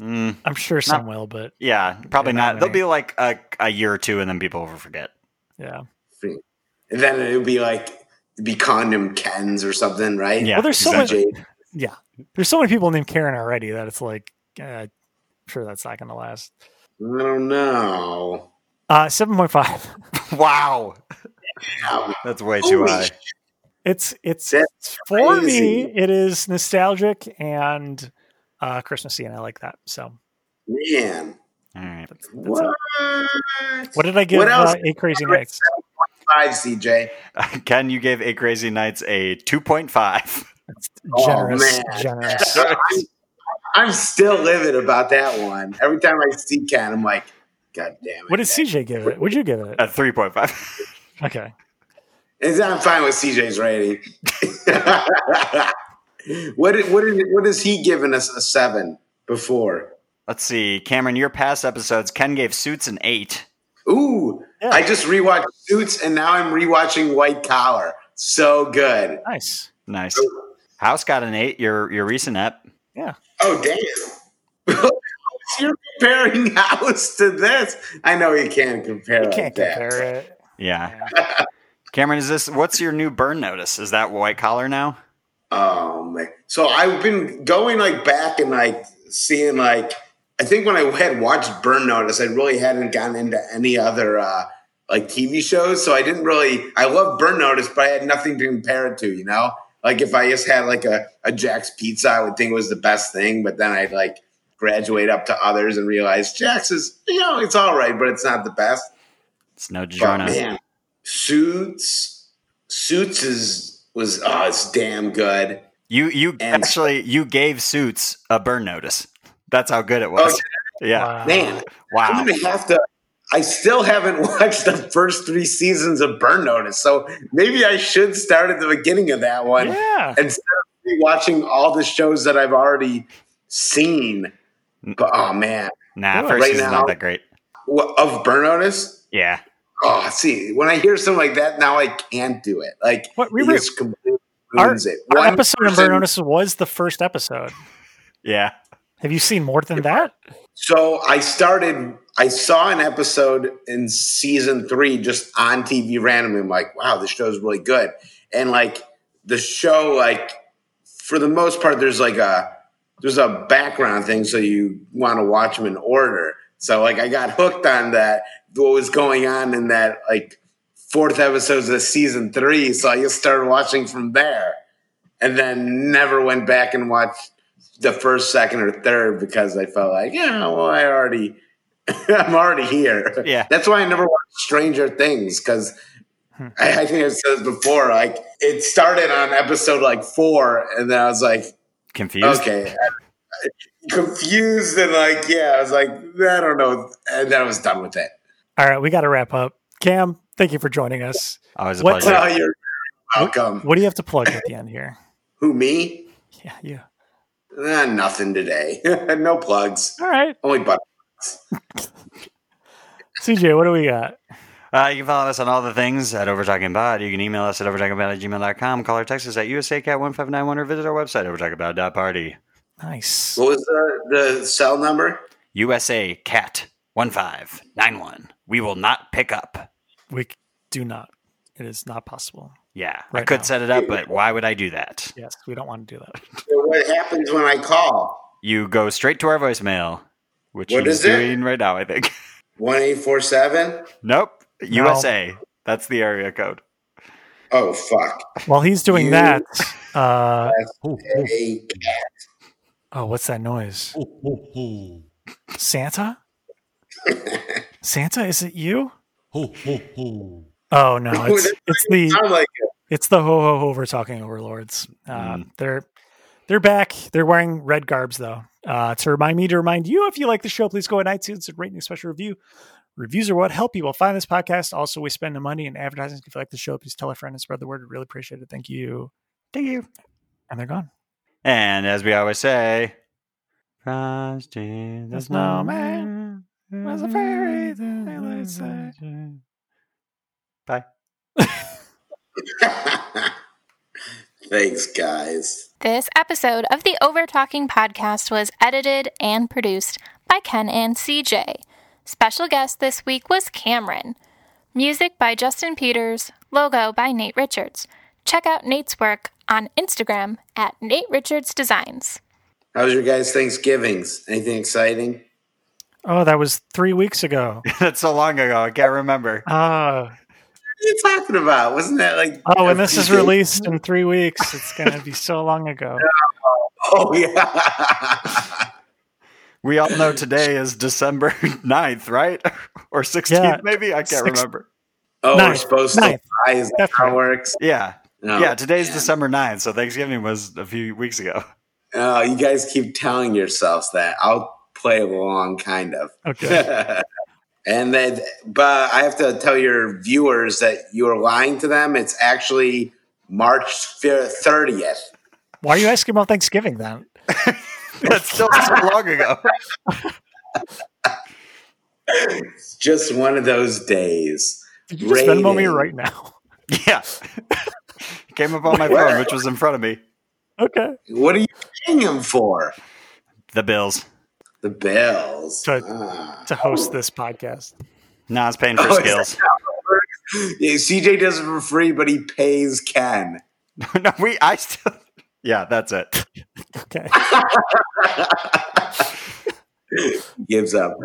S3: Mm.
S1: I'm sure some will, but
S3: Yeah, probably
S1: Yeah, not
S3: not. They'll
S1: many.
S3: be like a, a year or two, and then people will forget.
S1: yeah.
S2: And then it would be like it'd be condom Kens or something, right?
S3: Yeah,
S1: Well, there's so much.
S2: Jade.
S1: Yeah, there's so many people named Karen already that it's like, uh, I'm sure that's not going to last.
S2: I don't know.
S1: Uh, Seven point five.
S3: Wow,
S2: Yeah,
S3: that's way too
S2: Holy
S3: high.
S2: shit.
S1: It's it's
S2: That's
S1: for me.
S2: crazy.
S1: It is nostalgic and uh, Christmassy, and I like that. So
S2: man.
S3: All right,
S1: that's, that's
S2: What?
S1: it. What did I give
S2: What else?
S1: uh, Eight Crazy Nights?
S2: Five, CJ.
S3: Ken, you gave Eight Crazy Nights a two point five.
S1: That's
S2: Oh,
S1: generous,
S2: man.
S1: generous.
S2: I'm, I'm still livid about that one. Every time I see Ken, I'm like, God damn it.
S1: What did
S2: Ken."
S1: CJ give it? Would you give it?
S3: A three point five.
S1: Okay.
S2: Is I'm fine with CJ's rating. what did- what is what is he giving us a seven before?
S3: Let's see, Cameron, your past episodes. Ken gave Suits an eight.
S2: Ooh,
S1: Yeah.
S2: I just rewatched Suits and now I'm rewatching White Collar. So good.
S1: Nice.
S3: Nice. House got an eight. Your your recent app.
S2: Oh damn! You're comparing House to this. I know you can't compare.
S1: You
S2: like
S1: can't
S2: that.
S1: compare it.
S3: Yeah. Cameron, is this what's your new burn notice? Is that white collar now?
S2: Oh man! So I've been going like back and like seeing like I think when I had watched Burn Notice, I really hadn't gotten into any other uh, like TV shows, so I didn't really. I love Burn Notice, but I had nothing to compare it to. You know, like if I just had like a a Jack's Pizza, I would think it was the best thing, but then I'd like graduate up to others and realize Jack's is you know it's all right, but it's not the best.
S3: It's no
S2: But
S3: DiGiorno.
S2: Oh, man, Suits, Suits is was oh, it's damn good.
S3: You you
S2: And-
S3: actually you gave Suits a burn notice. That's how good it was. Yeah.
S1: Wow.
S2: Man,
S3: Wow.
S1: Ah.
S2: I'm gonna have to. I still haven't watched the first three seasons of Burn Notice, so maybe I should start at the beginning of that one
S1: Yeah.
S2: instead of watching all the shows that I've already seen.
S1: Mm.
S2: But oh man,
S3: Nah,
S1: Do it.
S3: first
S2: Right
S3: season's
S2: now-
S3: not that great.
S2: Wha- of Burn Notice.
S3: Yeah.
S2: Oh, see, when I hear something like that, now I can't do it. Like
S1: What we
S2: it
S1: were-
S2: just completely
S1: Our-
S2: ruins it.
S1: Our
S2: One
S1: episode of
S2: person-
S1: Burn Notice was the first episode.
S3: Yeah.
S1: Have you seen more than that?
S2: So I started. I saw an episode in season three just on TV randomly. I'm like, wow, this show's really good. And like the show, like for the most part, there's like a there's a background thing, so you want to watch them in order. So like I got hooked on that what was going on in that like fourth episodes of season three, so I just started watching from there, and then never went back and watched the first, second, or third because I felt like yeah, well I already I'm already here.
S3: Yeah.
S2: that's why I never watched Stranger Things because I, I think I said this before. Like it started on episode like four, and then I was like,
S3: Confused.
S2: okay, confused and like yeah, I was like I don't know, and then I was done with it.
S1: All right, we got to wrap up. Cam, thank you for joining us.
S3: Always a
S1: What-
S3: pleasure.
S2: Oh, you're welcome.
S1: What do you have to plug at the end here?
S2: Who me?
S1: Yeah, you.
S2: Ah, nothing today. no plugs.
S1: All right,
S2: Only but
S1: CJ, what do we got?
S3: Uh, you can follow us on all the things at Over Talking Pod. You can email us at overtalkingbod at gmail.com. Call or text us at USACat1591 or visit our website, overtalkingbod.party.
S1: Nice.
S2: what was the the cell number?
S3: USA Cat 1591. We will not pick up.
S1: We do not. It is not possible.
S3: Yeah, I
S1: Right
S3: could
S1: now.
S3: set it up, but why would I do that?
S1: Yes, we don't want to do that.
S2: What happens when I call?
S3: You go straight to our voicemail, which
S2: What
S3: he's
S2: is it?
S3: doing right now, I think.
S2: One eight four seven.
S3: nope. USA. That's the area code.
S2: Oh fuck!
S1: While he's doing
S2: You-
S1: that, uh,
S6: Ho,
S2: Hey,
S1: oh, what's that noise?
S6: ho, ho, ho.
S1: Santa? Santa, is it you?
S6: Ho, ho, ho.
S1: Oh no, it's
S2: that
S1: it's the
S2: sound like it.
S1: it's the ho ho ho over talking overlords. Uh,
S3: Mm.
S1: They're they're back. They're wearing red garbs though. Uh, to remind me to remind you, if you like the show, please go on iTunes and rate and special review. Reviews are what help people find this podcast. Also, we spend the money in advertising. If you like the show, please tell a friend and spread the word. We really appreciate it. Thank you.
S3: Thank you.
S1: And they're gone.
S3: And as we always say, Frosty the
S1: The snowman
S3: snowman was a fairy tale, they say. Bye.
S2: Thanks, guys.
S7: This episode of the Over Talking podcast was edited and produced by Ken and CJ. Special guest this week was Cameron. Music by Justin Peters, logo by Nate Richards. Check out Nate's work on Instagram at Nate Richards Designs.
S2: How was your guys' Thanksgivings? Anything exciting?
S1: Oh, that was three weeks ago.
S3: That's so long ago. I can't remember.
S1: Uh,
S2: What are you talking about? Wasn't that like?
S1: oh, and this is
S2: really.
S1: released in three weeks. It's gonna be so long ago.
S2: Oh yeah.
S3: We all know today is December 9th, right? Or 16th,
S1: Yeah.
S3: maybe? I can't
S1: Six-
S3: remember.
S2: oh, we're
S1: Ninth,
S2: supposed
S1: ninth.
S2: to buy is that
S1: That's
S2: how
S1: right.
S2: it works.
S3: Yeah.
S2: No.
S3: yeah, today's December 9th, so Thanksgiving was a few weeks ago.
S2: Oh, you guys keep telling yourselves that. I'll play along, kind of.
S1: Okay.
S2: and then, but I have to tell your viewers that you're lying to them. It's actually March thirtieth.
S1: Why are you asking about Thanksgiving then?
S3: That's still so long ago.
S2: It's just one of those days.
S1: Did you just Venmo me
S2: Rating.
S1: right now?
S3: Yeah. Came up on my phone, which was in front of me.
S1: Okay.
S2: What are you paying him for?
S3: The Bills.
S2: The bills.
S1: To-
S2: Ah.
S1: to host this podcast.
S3: No, I was paying for
S2: Oh, is
S3: skills.
S2: Yeah, CJ does it for free, but he pays Ken.
S3: no, we, I still. Yeah, that's it.
S1: Okay.
S2: Gives up.